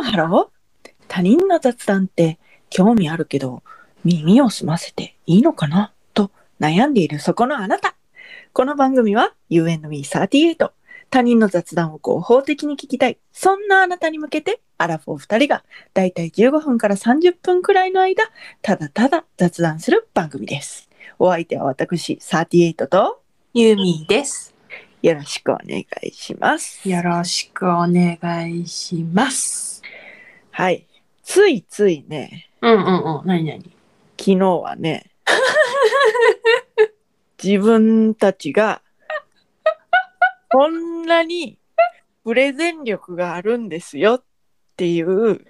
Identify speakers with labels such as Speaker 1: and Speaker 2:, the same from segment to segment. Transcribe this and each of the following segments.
Speaker 1: ハロー他人の雑談って興味あるけど耳を澄ませていいのかなと悩んでいるそこのあなたこの番組は UNME38 他人の雑談を合法的に聞きたいそんなあなたに向けてアラフォー2人がだいたい15分から30分くらいの間ただただ雑談する番組ですお相手は私38と
Speaker 2: ユミです。
Speaker 1: よろしくお願いします
Speaker 2: よろしくお願いします。
Speaker 1: はいついついね
Speaker 2: うんうんうん。なになに
Speaker 1: 昨日はね 自分たちがこんなにプレゼン力があるんですよっていう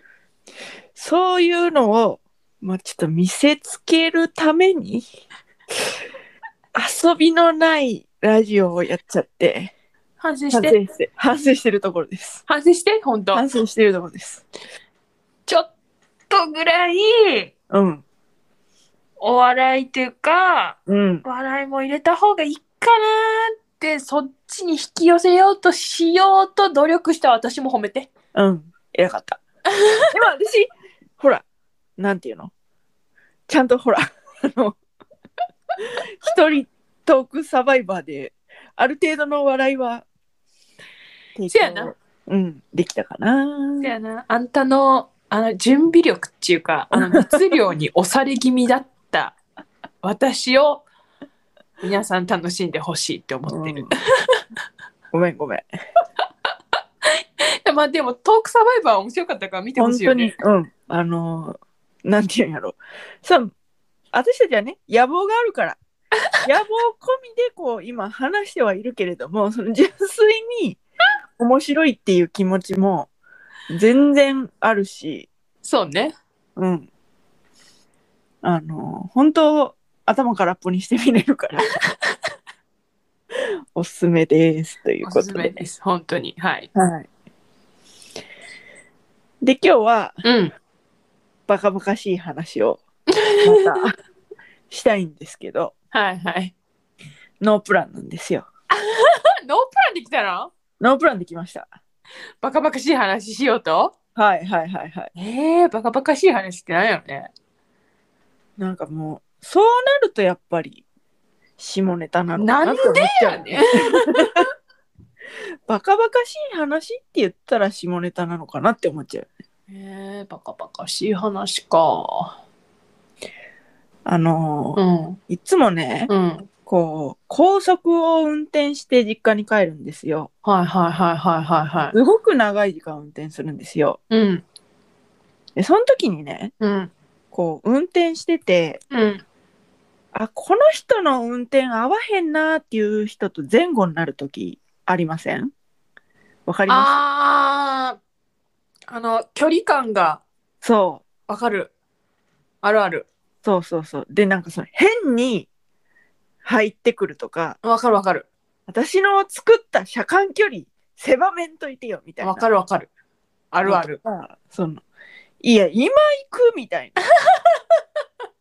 Speaker 1: そういうのを、まあ、ちょっと見せつけるために遊びのないラジオをやっちゃって
Speaker 2: 反省し
Speaker 1: 反省
Speaker 2: て。
Speaker 1: して反省してるところです
Speaker 2: 反省して、本当
Speaker 1: 反省してるところです
Speaker 2: ちょっとぐらい、
Speaker 1: うん
Speaker 2: お笑いというか、
Speaker 1: うん
Speaker 2: 笑いも入れた方がいいかなって、そっちに引き寄せようとしようと努力した私も褒めて。
Speaker 1: うん、偉か った。でも私、ほら、なんていうのちゃんとほら、あの、一人トークサバイバーで、ある程度の笑いは、
Speaker 2: せやな。
Speaker 1: うん、できたかな。
Speaker 2: だよな。あんたの、あの、準備力っていうか、あの、熱量に押され気味だった私を、皆さん楽しんでほしいって思ってる。
Speaker 1: うんごめんごめん。
Speaker 2: いや まあでもトークサバイバー面白かったから見てほ
Speaker 1: 本
Speaker 2: しい
Speaker 1: 当
Speaker 2: よ
Speaker 1: に
Speaker 2: ね。、
Speaker 1: うん、あのーなんていうんやろさ私たちはね野望があるから 野望込みでこう今話してはいるけれどもその純粋に面白いっていう気持ちも全然あるし、
Speaker 2: そうね。
Speaker 1: うん、あのー本当頭空っぽにしてみれるから おすすめですという
Speaker 2: お
Speaker 1: こ
Speaker 2: す
Speaker 1: と
Speaker 2: す
Speaker 1: で
Speaker 2: めです。本当に。はい。
Speaker 1: はい、で今日は
Speaker 2: うん。
Speaker 1: バカバカしい話 をまたしたいんですけど、
Speaker 2: はいはい。
Speaker 1: ノープランなんですよ。
Speaker 2: あノープランできたの
Speaker 1: ノープランできました。
Speaker 2: バカバカしい話しようと
Speaker 1: はいはいはいはい。
Speaker 2: えー、バカバカしい話ってないよね。
Speaker 1: なんかもう、そうなるとやっぱり、下ネタなのかなって思っちゃう。
Speaker 2: ね。
Speaker 1: バカバカしい話って言ったら下ネタなのかなって思っちゃう。
Speaker 2: えー、バカバカしい話か。
Speaker 1: あのー
Speaker 2: うん。
Speaker 1: いつもね、
Speaker 2: うん。
Speaker 1: こう、高速を運転して実家に帰るんですよ。
Speaker 2: はいはいはいはいはいはい。
Speaker 1: すごく長い時間運転するんですよ。
Speaker 2: うん。
Speaker 1: で、その時にね、
Speaker 2: うん。
Speaker 1: こう、運転してて、
Speaker 2: うん。
Speaker 1: あこの人の運転合わへんなっていう人と前後になる時ありませんわかりま
Speaker 2: あー、あの、距離感が
Speaker 1: すそ
Speaker 2: わかる。あるある。
Speaker 1: うそうそうそうでなんかその変に入ってくるとか
Speaker 2: わかるわかる。
Speaker 1: 私の作った車間距離狭めんといてよみたいな
Speaker 2: わかるわかる。あ
Speaker 1: あ
Speaker 2: るある。
Speaker 1: そのいや今行くみたい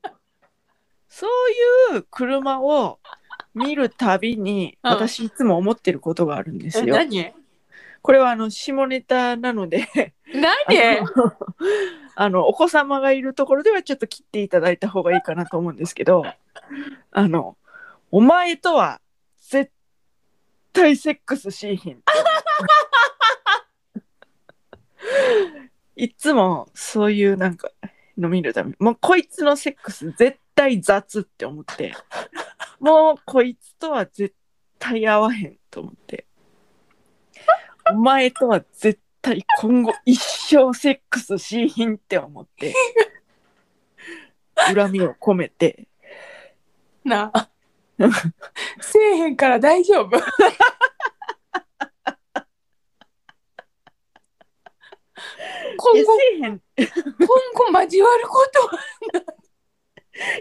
Speaker 1: な そういう車を見るたびに
Speaker 2: うん
Speaker 1: 私いつも思ってることがあるんです
Speaker 2: え
Speaker 1: よ。
Speaker 2: 何
Speaker 1: これはあの下ネタなので
Speaker 2: 何
Speaker 1: あのあのお子様がいるところではちょっと切っていただいた方がいいかなと思うんですけどあのお前とは絶対セックスしいひん っていっつもそういうなんかの見るためもうこいつのセックス絶対雑って思ってもうこいつとは絶対合わへんと思ってお前とは絶対今後一生セックスしひんって思 って恨みを込めて
Speaker 2: なあ。せえへんから 大丈夫。
Speaker 1: いや
Speaker 2: 今後、
Speaker 1: せえへん
Speaker 2: 今後交わることは。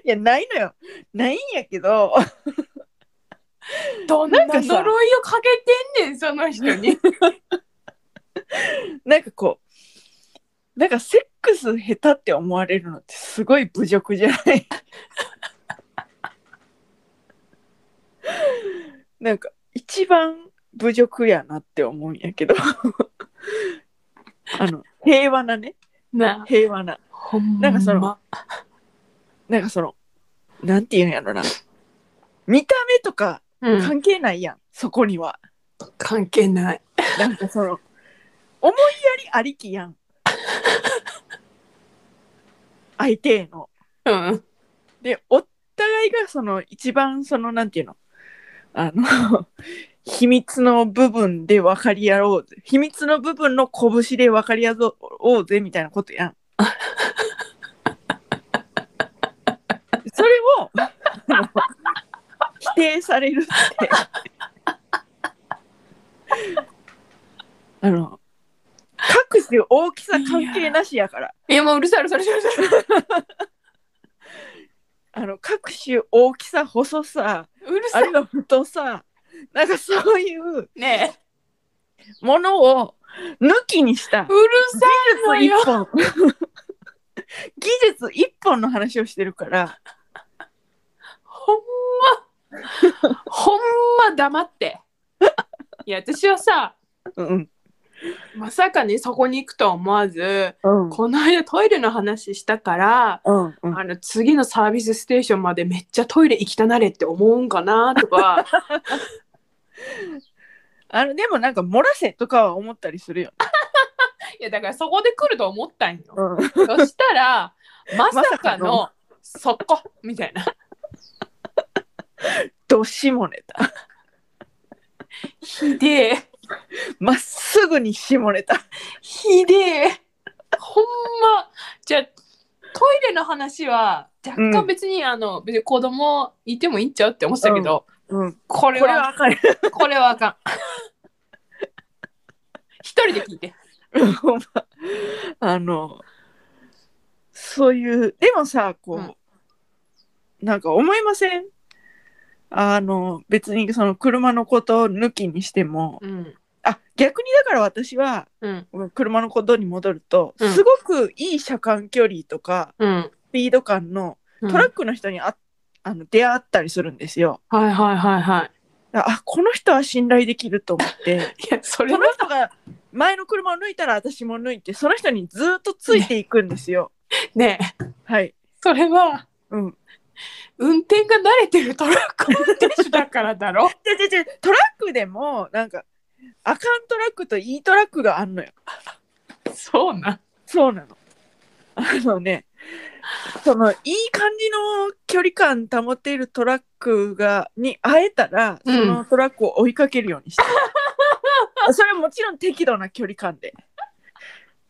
Speaker 1: いやないのよないんやけど
Speaker 2: どんな
Speaker 1: なんかさ
Speaker 2: 呪いをかけてんねん、その人 に。
Speaker 1: なんかこうなんかセックス下手って思われるのってすごい侮辱じゃ ないなんか 一番侮辱やなって思うんやけどあの平和なね
Speaker 2: な
Speaker 1: 平和な
Speaker 2: ほん
Speaker 1: なんかそのなんかそのなんていうんやろな見た目とか
Speaker 2: うん、
Speaker 1: 関係ないやん、そこには
Speaker 2: 関係ない
Speaker 1: なんかその思いやりありきや ん相手への
Speaker 2: うん
Speaker 1: でお互いがその一番そのなんていうのあの 秘密の部分で分かり合おうぜ秘密の部分の拳で分かり合おうぜみたいなことやんそれを あの否定されるってあの各種大きさ関係なしやから
Speaker 2: いやもううるさいうるさいうる さいうるさ
Speaker 1: あの各種大きさ細さ
Speaker 2: いうる
Speaker 1: あ
Speaker 2: さい
Speaker 1: るいは太さなんかそういう
Speaker 2: ねえ
Speaker 1: ものを抜きにした
Speaker 2: うるさいの
Speaker 1: 技術一本 技術
Speaker 2: よ
Speaker 1: 一本の話をしてるから
Speaker 2: ほんまほんま黙って いや私はさ
Speaker 1: うん
Speaker 2: まさかねそこに行くとは思わず
Speaker 1: うん
Speaker 2: この間トイレの話したから
Speaker 1: うんうん
Speaker 2: あの次のサービスステーションまでめっちゃトイレ行きたなれって思うんかなと か
Speaker 1: あのでもなんか漏らせとかは思ったりするよね、
Speaker 2: いやだからそこで来ると思ったんよ
Speaker 1: うん、
Speaker 2: そしたらまさ
Speaker 1: さ
Speaker 2: か
Speaker 1: か
Speaker 2: の
Speaker 1: の
Speaker 2: そこみたいな
Speaker 1: ど下ネタ
Speaker 2: ひでえ
Speaker 1: まっすぐに下ネタ
Speaker 2: ひでえほんまじゃあトイレの話は若
Speaker 1: う
Speaker 2: 干
Speaker 1: ん
Speaker 2: 別に、あの別に子供いてもいいんちゃうって思ってたけ
Speaker 1: う
Speaker 2: ど、
Speaker 1: ん
Speaker 2: こ
Speaker 1: こ
Speaker 2: れ
Speaker 1: れ
Speaker 2: は
Speaker 1: はあかん
Speaker 2: これはあかん一人で聞いて
Speaker 1: ほんま あのそういうでもさこう、
Speaker 2: うん
Speaker 1: なんか思いませんあの別にその車のことを抜きにしても
Speaker 2: うん
Speaker 1: あ逆にだから私は
Speaker 2: うん
Speaker 1: ごめん車のことに戻ると、
Speaker 2: うん
Speaker 1: すごくいい車間距離とか
Speaker 2: うん
Speaker 1: スピード感の
Speaker 2: ト
Speaker 1: トラックの人にあ、あの出会ったりするんですよ。
Speaker 2: はいはいはいはい
Speaker 1: だからあこの人は信頼できると思って。
Speaker 2: いやそれ
Speaker 1: そ
Speaker 2: は
Speaker 1: の人が前の車を抜いたら私も抜いてその人にずっとついていくんですよ。
Speaker 2: ねえ
Speaker 1: はい。
Speaker 2: それは
Speaker 1: うん。
Speaker 2: 運転が慣れてるトラック運転手だからだろ
Speaker 1: でででトラックでもなんかあかんトラックといいトラックがあんのよ。
Speaker 2: そうなん
Speaker 1: そうなの。あのねそのいい感じの距離感保てるトラックがに会えたらそ
Speaker 2: うん
Speaker 1: のトラックを追いかけるよう にしてる、それはもちろん適度な距離感で。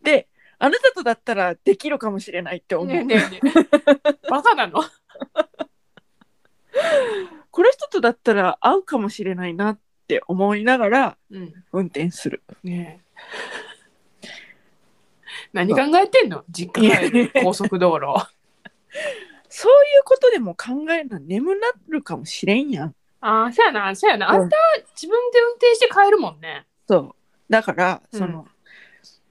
Speaker 1: であなたとだったらできるかもしれないって思う。
Speaker 2: ねえねえねえ バカなの
Speaker 1: この人とだったら合うかもしれないなって思いながら
Speaker 2: うん
Speaker 1: 運転する。
Speaker 2: ねえ。何考えてんの実家帰る高速道路。
Speaker 1: そういうことでも考えな眠なるかもしれんやん。
Speaker 2: ああ、そうやな、そうやな。あ
Speaker 1: うん
Speaker 2: んた、自分で運転して帰るもんね。
Speaker 1: そう。だから、
Speaker 2: うん
Speaker 1: その、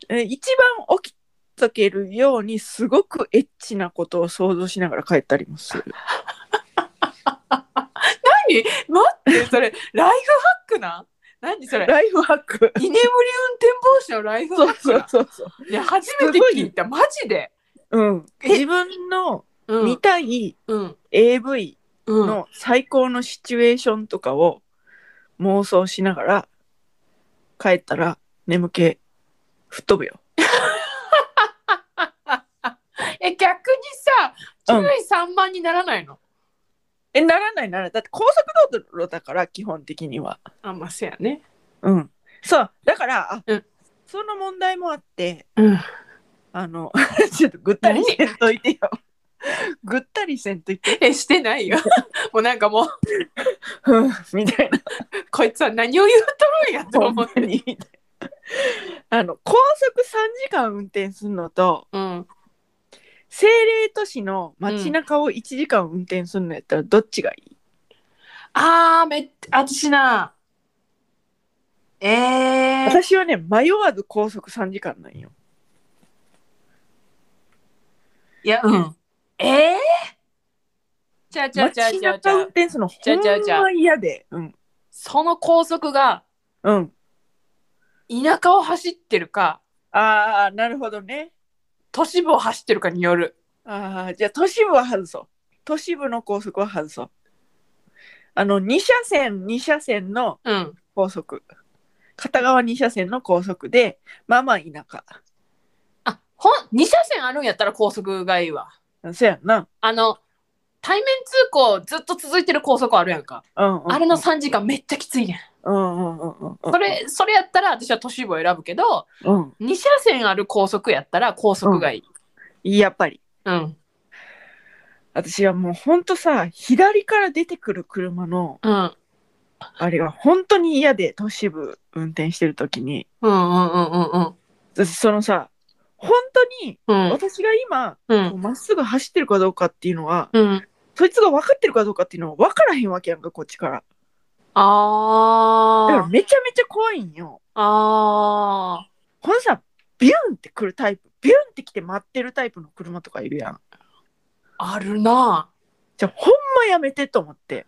Speaker 1: え一番起きとけるようにすごくエッチなことを想像しながら帰ったりもする。
Speaker 2: 待って、それ、ライフハックな何それ。
Speaker 1: ライフハック。
Speaker 2: 居眠り運転防止のライフ
Speaker 1: そ
Speaker 2: ハ
Speaker 1: う
Speaker 2: ック
Speaker 1: そ
Speaker 2: な
Speaker 1: うそうそう。
Speaker 2: いや初めて聞いた、マジで。
Speaker 1: うん。
Speaker 2: え
Speaker 1: 自分の
Speaker 2: う
Speaker 1: 見
Speaker 2: ん。
Speaker 1: たい
Speaker 2: うん。
Speaker 1: AV
Speaker 2: うん、
Speaker 1: の最高のシチュエーションとかを妄想しながら帰ったら眠気吹っ飛ぶよ。
Speaker 2: え逆
Speaker 1: う
Speaker 2: に
Speaker 1: ん
Speaker 2: さ注意散漫にならないの、
Speaker 1: えならないならないだって高速道路だから基本的には。
Speaker 2: あまあそうやね
Speaker 1: うん。そうだからあ、
Speaker 2: うん
Speaker 1: その問題もあって
Speaker 2: うん
Speaker 1: あの ちょっとぐったりせんといてよ。ぐったりせんといて。
Speaker 2: えしてないよ もうなんかもう
Speaker 1: うんみた いな。
Speaker 2: こいつは何を言うとるんやと
Speaker 1: ほん
Speaker 2: 思
Speaker 1: ま
Speaker 2: って
Speaker 1: に。あの高速3時間運転するのと
Speaker 2: うん
Speaker 1: 政令都市の街中を1時間運転するのやったらどっちがいい、
Speaker 2: あーめっ私なえー、
Speaker 1: 私はね迷わず高速3時間なんよ。
Speaker 2: いやうんえー、じゃあじゃあじゃあ
Speaker 1: 街
Speaker 2: じゃあじゃ
Speaker 1: 中運
Speaker 2: あ
Speaker 1: 転するのほ
Speaker 2: じゃあじゃあじゃあ
Speaker 1: んま嫌で。うん。
Speaker 2: その高速が
Speaker 1: うん。
Speaker 2: 田舎を走ってるか
Speaker 1: ああ、なるほどね。
Speaker 2: 都市部を走ってるかによる。
Speaker 1: ああ、じゃあ都市部は外そう。都市部の高速は外そう。あの、2車線、2車線の
Speaker 2: うん。
Speaker 1: 高速。片側2車線の高速で、まあまあ田舎。
Speaker 2: あ、ほん、2車線あるんやったら高速がいいわ。
Speaker 1: そやんな。
Speaker 2: あの、対面通行ずっと続いてる高速あるやんか。
Speaker 1: うんうんうん、
Speaker 2: あれの3時間めっちゃきついねん。
Speaker 1: うんうんうんうんうん。
Speaker 2: それ、それやったら私は都市部を選ぶけど、
Speaker 1: うん。
Speaker 2: 2車線ある高速やったら高速がいい。
Speaker 1: やっぱり。
Speaker 2: うん。
Speaker 1: 私はもうほんとさ、左から出てくる車の、
Speaker 2: うん。
Speaker 1: あれが本当に嫌で、都市部運転してるときに、
Speaker 2: うんうんうんうんうん。
Speaker 1: 私そのさ、本当に
Speaker 2: うん。
Speaker 1: 私が今、
Speaker 2: うん。
Speaker 1: まっすぐ走ってるかどうかっていうのは、
Speaker 2: うん。
Speaker 1: そいつが分かってるかどうかっていうのは分からへんわけやんか、こっちから。だから
Speaker 2: あー。
Speaker 1: めちゃめちゃ怖いんよ。
Speaker 2: あ
Speaker 1: このさ、ビュンって来るタイプ、ビュンって来て待ってるタイプの車とかいるやん。
Speaker 2: ー。あるな。
Speaker 1: じゃあ、ほんまやめてと思って。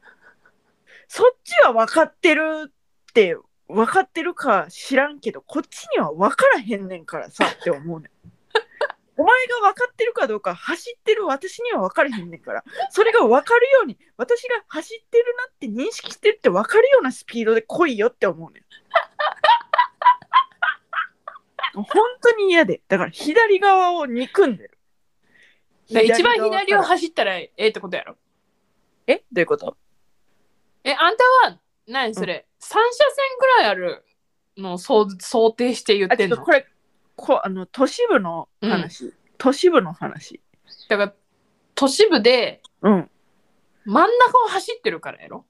Speaker 1: そっちは分かってるって、分かってるか知らんけど、こっちには分からへんねんからさって思う ねん。お前が分かってるかどうか走ってる私には分からへんねんからそれが分かるように私が走ってるなって認識してるって分かるようなスピードで来いよって思うねん本当に嫌でだから左側を憎んでる
Speaker 2: で一番左を
Speaker 1: 側から
Speaker 2: 走ったらええってことやろ。
Speaker 1: えどういうこと
Speaker 2: え、あんたは、何それ、三 ?3 車線ぐらいあるのを想想定して言っ
Speaker 1: あち
Speaker 2: て
Speaker 1: ょっ
Speaker 2: ん
Speaker 1: と
Speaker 2: の
Speaker 1: これこあの都市部の話、都市部の話
Speaker 2: だから、都市部で
Speaker 1: うん
Speaker 2: 真ん中を走ってるからやろ。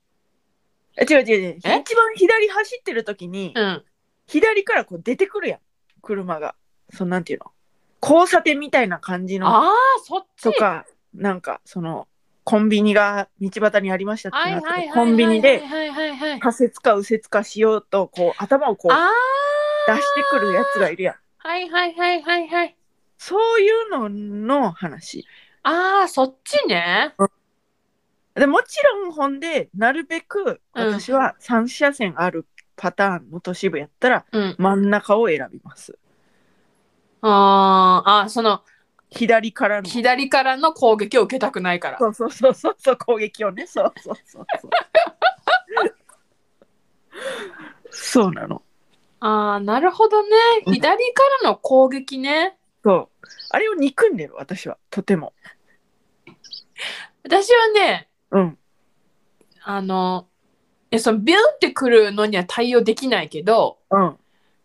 Speaker 1: え違う違う違う一
Speaker 2: え
Speaker 1: 番左走ってる時に、
Speaker 2: うん。
Speaker 1: 左からこう出てくるやん車がそのなんていうの交差点みたいな感じの
Speaker 2: ああ、そっち
Speaker 1: とかなんかそのコンビニが道端にありましたっ
Speaker 2: はい
Speaker 1: て
Speaker 2: は
Speaker 1: ないっ
Speaker 2: はいはい
Speaker 1: て
Speaker 2: はい。
Speaker 1: コンビニで
Speaker 2: はいはいはいはい。
Speaker 1: 左折か右折かしようとこう頭をこう
Speaker 2: あ
Speaker 1: 出してくるやつがいるやん
Speaker 2: あ、はいはいはいはいはい。
Speaker 1: そういうのの話
Speaker 2: ああ、そっちね。
Speaker 1: でもちろんほんでなるべく
Speaker 2: うん
Speaker 1: 私は3車線あるパターンの都市部やったら
Speaker 2: うん。
Speaker 1: 真ん中を選びます
Speaker 2: あーあー、その、
Speaker 1: 左からのそ
Speaker 2: 左からの攻撃を受けたくないから。
Speaker 1: うそうそうそうそう攻撃をねそうそうそうそうそうなの
Speaker 2: ああ、なるほどね。
Speaker 1: うん
Speaker 2: 左からの攻撃ね。
Speaker 1: そうあれを憎んでる私はとても
Speaker 2: 私はね、
Speaker 1: うん
Speaker 2: あの、え、その、ビュンってくるのには対応できないけど、
Speaker 1: うん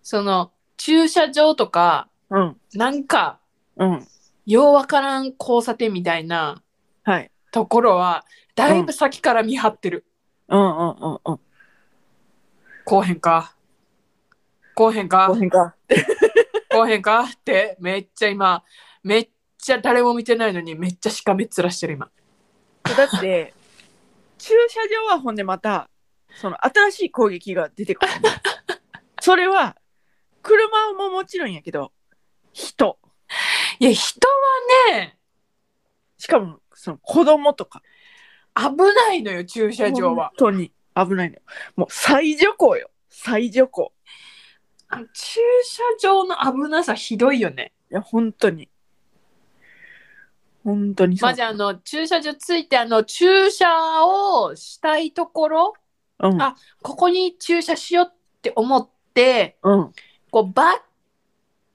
Speaker 2: その、駐車場とか、
Speaker 1: うん
Speaker 2: なんか、
Speaker 1: うん
Speaker 2: ようわからん交差点みたいな
Speaker 1: はい
Speaker 2: ところは、だいぶ先から見張ってる。
Speaker 1: うんうんうんうん
Speaker 2: こうへんか。こうへんか
Speaker 1: この。辺か
Speaker 2: こうへんかって、めっちゃ今、めっちゃ誰も見てないのに、めっちゃしかめっ面してる今。
Speaker 1: だって駐車場はほんでまたその新しい攻撃が出てくる それは車ももちろんやけど人
Speaker 2: いや、人はね、
Speaker 1: しかもその子供とか
Speaker 2: 危ないのよ、駐車場は
Speaker 1: 本。当に危ないのよもう最徐行よ最徐行
Speaker 2: あの駐車場の危なさひどいよね。
Speaker 1: いや本当に本当にそう
Speaker 2: まずあの駐車場ついてあの駐車をしたいところ
Speaker 1: うん
Speaker 2: あここに駐車しようって思って
Speaker 1: うん
Speaker 2: こうバッ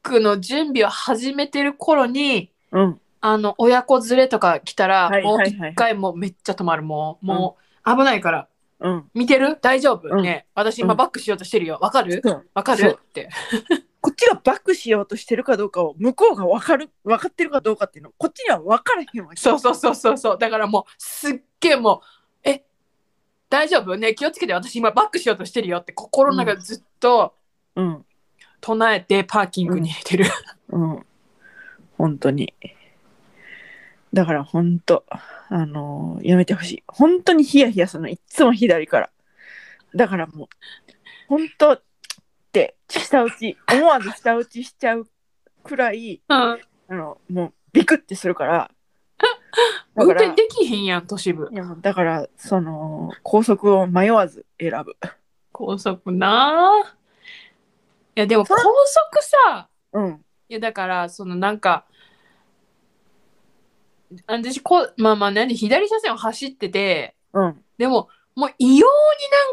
Speaker 2: クの準備を始めてる頃に
Speaker 1: うん
Speaker 2: あの親子連れとか来たら、
Speaker 1: はいはいはいはい
Speaker 2: もう一回もうめっちゃ止まるもうもう危ないから
Speaker 1: うん
Speaker 2: 見てる大丈夫、
Speaker 1: うん
Speaker 2: ね私今
Speaker 1: うん
Speaker 2: バックしようとしてるよわかる
Speaker 1: そう
Speaker 2: わか
Speaker 1: そ
Speaker 2: る
Speaker 1: う
Speaker 2: って
Speaker 1: こっちがバックしようとしてるかどうかを向こうが分かる分かってるかどうかっていうのこっちには分からへんわけ
Speaker 2: そうそうそうそうそうだからもうすっげえもうえ大丈夫ね気をつけて私今バックしようとしてるよって心の中でずっと
Speaker 1: うん
Speaker 2: 唱えてパーキングに入れてる、
Speaker 1: うん本当にだから本当あのーやめてほしい本当にヒヤヒヤするのいっつも左からだからもう本当って下打ち思わず下打ちしちゃうくらい
Speaker 2: うん
Speaker 1: あのもうビクってするからだ
Speaker 2: 運
Speaker 1: から
Speaker 2: 転できひんやん都市部
Speaker 1: いやもうだからその高速を迷わず選ぶ
Speaker 2: 高速なあいやでも高速さ
Speaker 1: うん。
Speaker 2: いやだからそのなんかあ私こうまあまあ何左車線を走ってて
Speaker 1: うん。
Speaker 2: でももう異様にな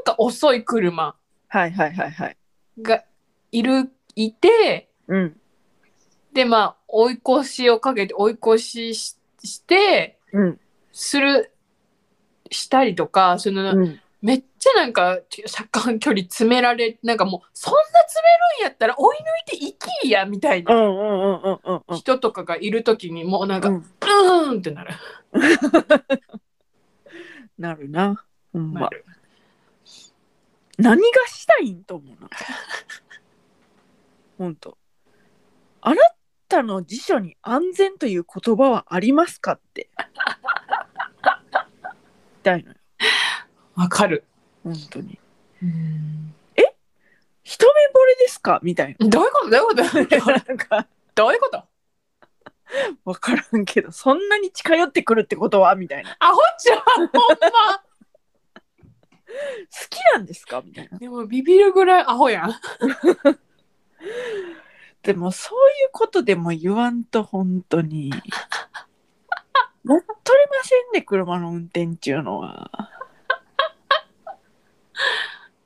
Speaker 2: んか遅い車
Speaker 1: はいはいはいはい。
Speaker 2: がいるいて
Speaker 1: うん。
Speaker 2: でまあ追い越しをかけて追い越ししして
Speaker 1: うん。
Speaker 2: するしたりとかその、
Speaker 1: うん。
Speaker 2: めっちゃなんか車間距離詰められなんかもうそんな詰めるんやったら追い抜いていきやみたい
Speaker 1: うんう
Speaker 2: なん
Speaker 1: うんうんうんうん
Speaker 2: 人とかがいる時にもうなんか、
Speaker 1: う。
Speaker 2: うんーんってなる。
Speaker 1: なるな。ほん
Speaker 2: な
Speaker 1: ま。
Speaker 2: る
Speaker 1: 何がしたいんと思う な。ほんと。あなたの辞書に安全という言葉はありますかって。みたいな。
Speaker 2: わかる。
Speaker 1: 本当に。一目惚れですかみたい
Speaker 2: どういうことどういう こ
Speaker 1: な。
Speaker 2: と
Speaker 1: なんか、
Speaker 2: どういうこと
Speaker 1: わからんけど、そんなに近寄ってくるってことはみたいな。
Speaker 2: アホちゃんほん
Speaker 1: 好きなんですかみたいな。
Speaker 2: までもビビるぐらいアホやん。
Speaker 1: でも、そういうことでも言わんと、本当 に。乗っ取れませんね、車の運転っていうのは。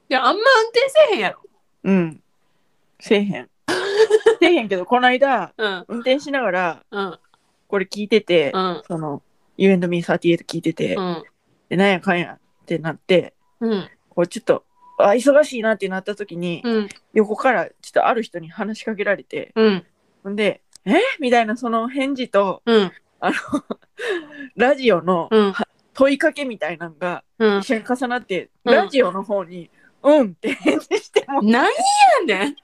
Speaker 2: いやあんま運転せえへんやろ。
Speaker 1: うん。せえへん。せえへんけど、この間、
Speaker 2: うん
Speaker 1: 運転しながら、
Speaker 2: うん
Speaker 1: これ聞いてて
Speaker 2: う、ん
Speaker 1: その、U&Me38 聞いてて
Speaker 2: う、ん
Speaker 1: で、なんやかんやってなって、
Speaker 2: うん
Speaker 1: こう、ちょっと、あ、忙しいなってなった時に、
Speaker 2: うん
Speaker 1: 横からちょっとある人に話しかけられて、
Speaker 2: うん
Speaker 1: ほんで、えみたいなその返事と、
Speaker 2: うん
Speaker 1: あの、ラジオの
Speaker 2: うん
Speaker 1: 問いかけみたいなのが
Speaker 2: うん
Speaker 1: 一緒に重なって、
Speaker 2: うん
Speaker 1: ラジオの方に、うんって返事しても、
Speaker 2: 何やねん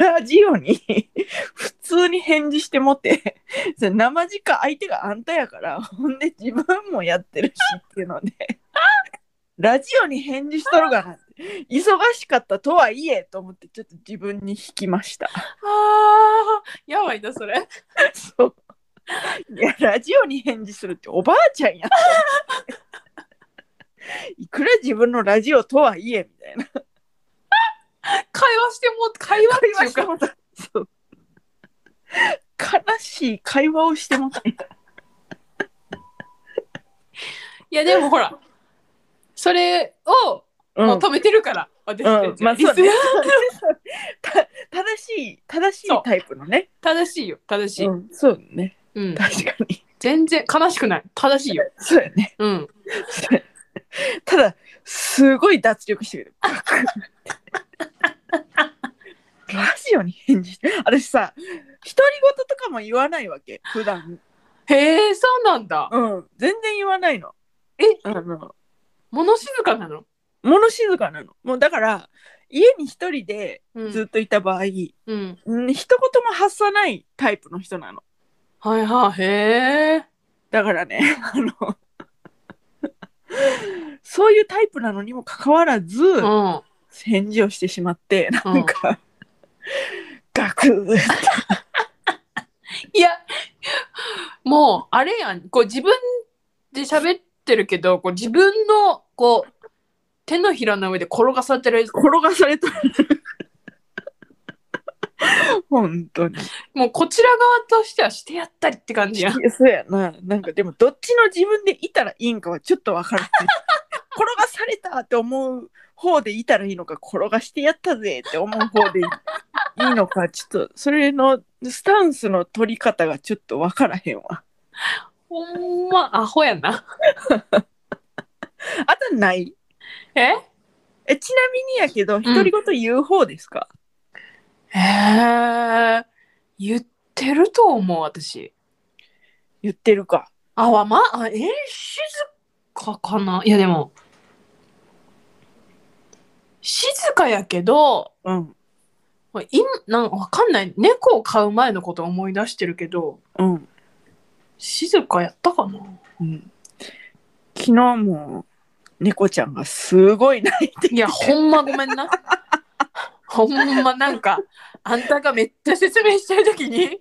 Speaker 1: ラジオに 普通に返事してもって、それ生じか相手があんたやから、ほんで自分もやってるしっていうので、ラジオに返事しとるがな、忙しかったとはいえと思って、ちょっと自分に引きました。
Speaker 2: あーやばいなそれ。
Speaker 1: そう。いや、ラジオに返事するっておばあちゃんやん。いくら自分のラジオとはいえ、みたいな。
Speaker 2: 会話しても会話っていうか
Speaker 1: そう悲しい会話をしてもらった
Speaker 2: いやでもほらそれを
Speaker 1: うん
Speaker 2: もう止めてるから、私
Speaker 1: う
Speaker 2: た
Speaker 1: ん
Speaker 2: ち、
Speaker 1: まあそう
Speaker 2: リ
Speaker 1: ね
Speaker 2: ス。
Speaker 1: た正しい、正しいタイプのね。
Speaker 2: 正しいよ正しい、
Speaker 1: うん、そうね。
Speaker 2: うん、
Speaker 1: 確かに。
Speaker 2: 全然悲しくない正しいよ、
Speaker 1: そうやね。
Speaker 2: うん、
Speaker 1: そうやねただ、すごい脱力してくる。 ラジオに返事して。私さ、独り言とかも言わないわけ、普段。
Speaker 2: へえそうなんだ
Speaker 1: うん、全然言わないの。
Speaker 2: え
Speaker 1: あの、
Speaker 2: 物静かなの、
Speaker 1: 物静かなの。もうだから、家に一人で
Speaker 2: うん
Speaker 1: ずっといた場合、
Speaker 2: う
Speaker 1: う
Speaker 2: ん、
Speaker 1: ん、一言も発さないタイプの人なの。
Speaker 2: はいはいへえ
Speaker 1: だからね、 あの、そういうタイプなのにもかかわらず、
Speaker 2: うん
Speaker 1: 返事をしてしまって、なんか、ガクッ
Speaker 2: いやもうあれやんこう自分で喋ってるけどこう自分のこう手のひらの上で転がされてる
Speaker 1: 転がされた。 本当に。
Speaker 2: もうこちら側としてはしてやったりって感じやん
Speaker 1: いやそうやな。なんかでも、どっちの自分でいたらいいん かはちょっとわからない。転がされたって思う方でいたらいいのか、転がしてやったぜって思う方でいいのか、ちょっと、それのスタンスの取り方がちょっとわからへんわ。
Speaker 2: ほんまアホやな
Speaker 1: あとない
Speaker 2: え
Speaker 1: えちなみにやけど、独り言言う方ですか、
Speaker 2: へえ言ってると思う私
Speaker 1: 言ってるか。
Speaker 2: あわまあえー静かかないやでも静かやけど
Speaker 1: うん。
Speaker 2: まあ今なんわかんない猫を飼う前のこと思い出してるけど
Speaker 1: うん。
Speaker 2: 静かやった かな
Speaker 1: うん昨日も猫ちゃんがすごい泣いて
Speaker 2: いやほんまごめん なほんまなんかあんたがめっちゃ説明してる時 に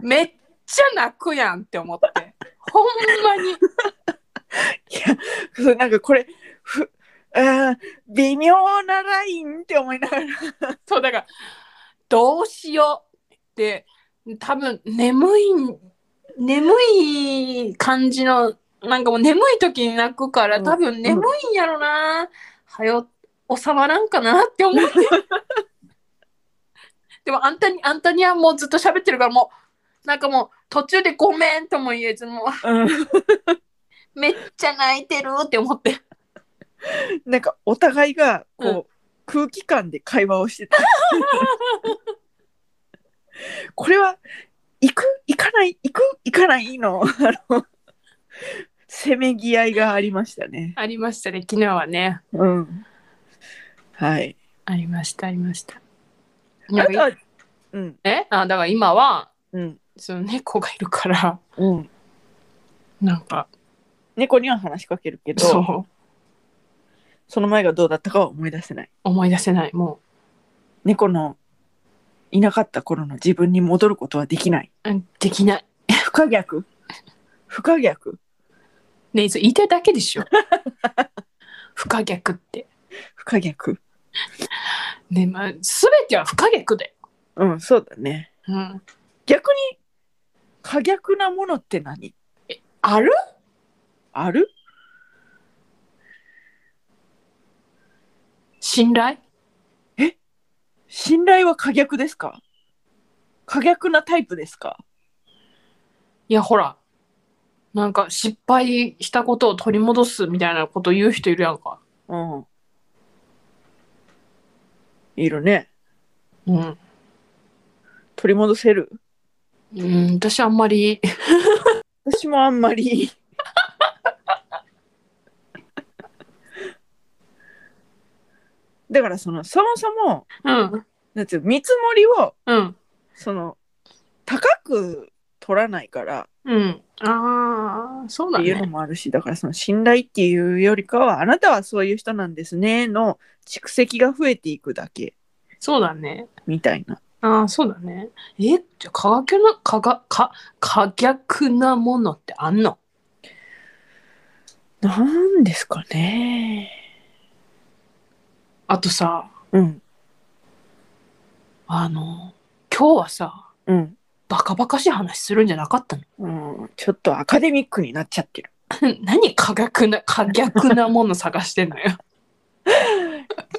Speaker 2: めっちゃ泣くやんって思ってほんま
Speaker 1: い
Speaker 2: に
Speaker 1: やそうなんかこれふうん微妙なラインって思いながら
Speaker 2: そうだからどうしようって多分眠い眠い感じのなんかもう眠い時に泣くから
Speaker 1: うん
Speaker 2: 多分眠いんやろな、はよ収まらんかなって思って でもあんたにあんたにはもうずっと喋ってるからもうなんかもう途中でごめんとも言えずも
Speaker 1: うん
Speaker 2: うめっちゃ泣いてるって思って
Speaker 1: なんかお互いがこう、
Speaker 2: う
Speaker 1: 空気感で会話をしてた これは行く行かない行く行かないのあのせめぎ合いがありましたね
Speaker 2: ありましたね昨日はね
Speaker 1: うんはい
Speaker 2: ありましたありました
Speaker 1: あとはうん
Speaker 2: えあだから今は
Speaker 1: うん
Speaker 2: その猫がいるから
Speaker 1: うん
Speaker 2: なんか
Speaker 1: 猫には話しかけるけど
Speaker 2: そ
Speaker 1: そうの前がどうだったかは思い出せない
Speaker 2: 思い出せないも
Speaker 1: 猫のいなかった頃の自分に戻ることはできない
Speaker 2: ううんできない
Speaker 1: 不可逆不可逆
Speaker 2: ねえそれ言いたいだけでしょ 不可逆って
Speaker 1: 不可逆
Speaker 2: ねえまあ全ては不可逆だよ
Speaker 1: うんそうだね
Speaker 2: うん
Speaker 1: 逆に可逆なものって何
Speaker 2: ある
Speaker 1: ある
Speaker 2: 信頼
Speaker 1: 信頼は可逆ですか可逆なタイプですか
Speaker 2: いやほらなんか失敗したことを取り戻すみたいなこと言う人いるやんか
Speaker 1: うんいるね
Speaker 2: うん、
Speaker 1: 取り戻せる
Speaker 2: うん、私あんまり
Speaker 1: 私もあんまり だからそのそもそも
Speaker 2: うん
Speaker 1: なんていうの見積もりを
Speaker 2: うん
Speaker 1: その高く取らないから
Speaker 2: うんああそう
Speaker 1: っ
Speaker 2: だ
Speaker 1: ていう
Speaker 2: ね
Speaker 1: のもあるしだからその信頼っていうよりかはあなたはそういう人なんですねの蓄積が増えていくだけ
Speaker 2: そうだね
Speaker 1: みたいな
Speaker 2: ああ、そうだね。え、じゃあ可逆な、可が、か、可逆なものってあんの
Speaker 1: なんですかね
Speaker 2: あとさ、
Speaker 1: うん
Speaker 2: あの、今日はさ、
Speaker 1: うん
Speaker 2: バカバカしい話するんじゃなかったの
Speaker 1: うん、ちょっとアカデミックになっちゃってる。
Speaker 2: 何可逆な、可逆なもの探してんの よ。
Speaker 1: い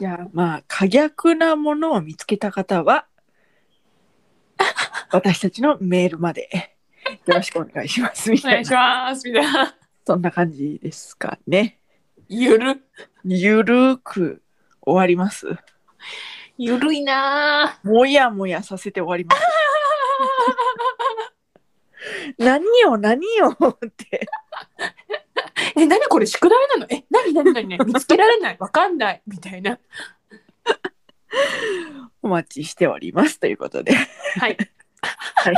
Speaker 1: や、まあ、可逆なものを見つけた方 は、私たちのメールまでよろしくお願いします。み
Speaker 2: お
Speaker 1: た
Speaker 2: 願
Speaker 1: い
Speaker 2: いし
Speaker 1: な、
Speaker 2: ます、みたいな。
Speaker 1: そんな感じですかね。
Speaker 2: ゆる、
Speaker 1: ゆるーく終わります。
Speaker 2: ゆるいな
Speaker 1: もやもやさせて終わります。何よ何よって
Speaker 2: ぁえ、何これ宿題なのえ、何何何何見つけられないわかんないみたいな。
Speaker 1: お待ちしておりますということで、
Speaker 2: はい。
Speaker 1: はい、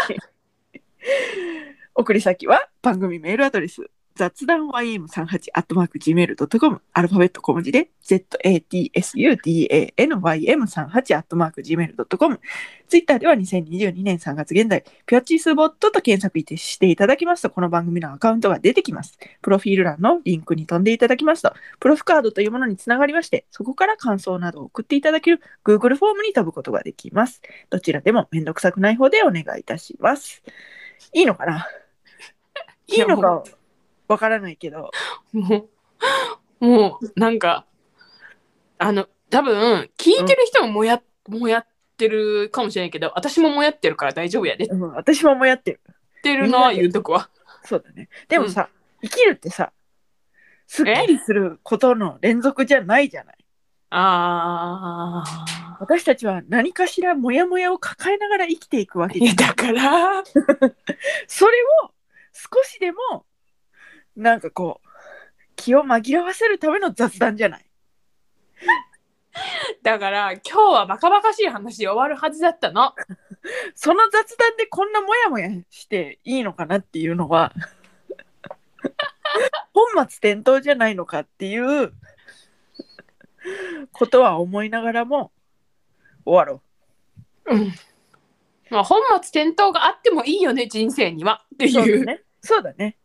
Speaker 1: 送り先は番組メールアドレス雑談 ym38-gmail.com アルファベット小文字で zatsudanym38-gmail.com ツイッターでは2022年3月現在ピュアチースボットと検索していただきますとこの番組のアカウントが出てきますプロフィール欄のリンクに飛んでいただきますとプロフカードというものにつながりましてそこから感想などを送っていただける Google フォームに飛ぶことができますどちらでもめんどくさくない方でお願いいたしますいいのかないいのかわからないけど。
Speaker 2: もう、もう、なんか、あの、多分、聞いてる人ももや、もやってるかもしれないけど、私ももやってるから大丈夫やで。や
Speaker 1: うん、私ももうやってる。
Speaker 2: ってるのは言うとこは。
Speaker 1: そうだね。でもさ、生きるってさ、すっきりすることの連続じゃないじゃない。
Speaker 2: あ
Speaker 1: 私たちは何かしらモヤモヤを抱えながら生きていくわけ
Speaker 2: ー。い
Speaker 1: で
Speaker 2: や、
Speaker 1: す。
Speaker 2: だから、
Speaker 1: それを少しでも、なんかこう、気を紛らわせるための雑談じゃない。
Speaker 2: だから、今日はバカバカしい話で終わるはずだったの。
Speaker 1: その雑談でこんなモヤモヤしていいのかなっていうのは、 本末転倒じゃないのかっていうことは思いながらも終わろ
Speaker 2: うん。まあ、本末転倒があってもいいよね、人生には。って
Speaker 1: う。そう
Speaker 2: い
Speaker 1: だ
Speaker 2: う。
Speaker 1: ね。そうだね。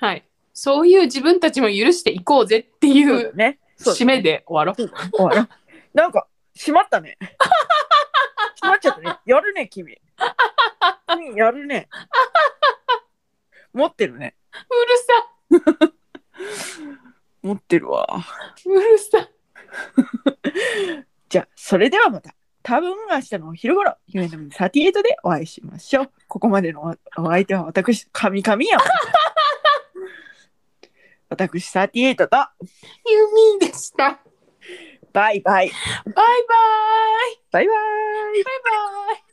Speaker 2: はい。そういう自分たちも許していこうぜってい
Speaker 1: そう
Speaker 2: う
Speaker 1: だね。そう
Speaker 2: 締めで終わろう。
Speaker 1: 終わらなんか、閉まったね。閉まっちゃったね。やるね、君。君やるね。持ってるね。
Speaker 2: うるさ
Speaker 1: 持ってるわ。
Speaker 2: うるさ
Speaker 1: じゃあ、それではまた。多分明日のお昼頃、夢のみ38でお会いしましょう。ここまでのおお相手は私、神々よ。私38と、
Speaker 2: ユミでした。
Speaker 1: バイバイ。
Speaker 2: バイバイ。
Speaker 1: バイバイ。
Speaker 2: バイバイ。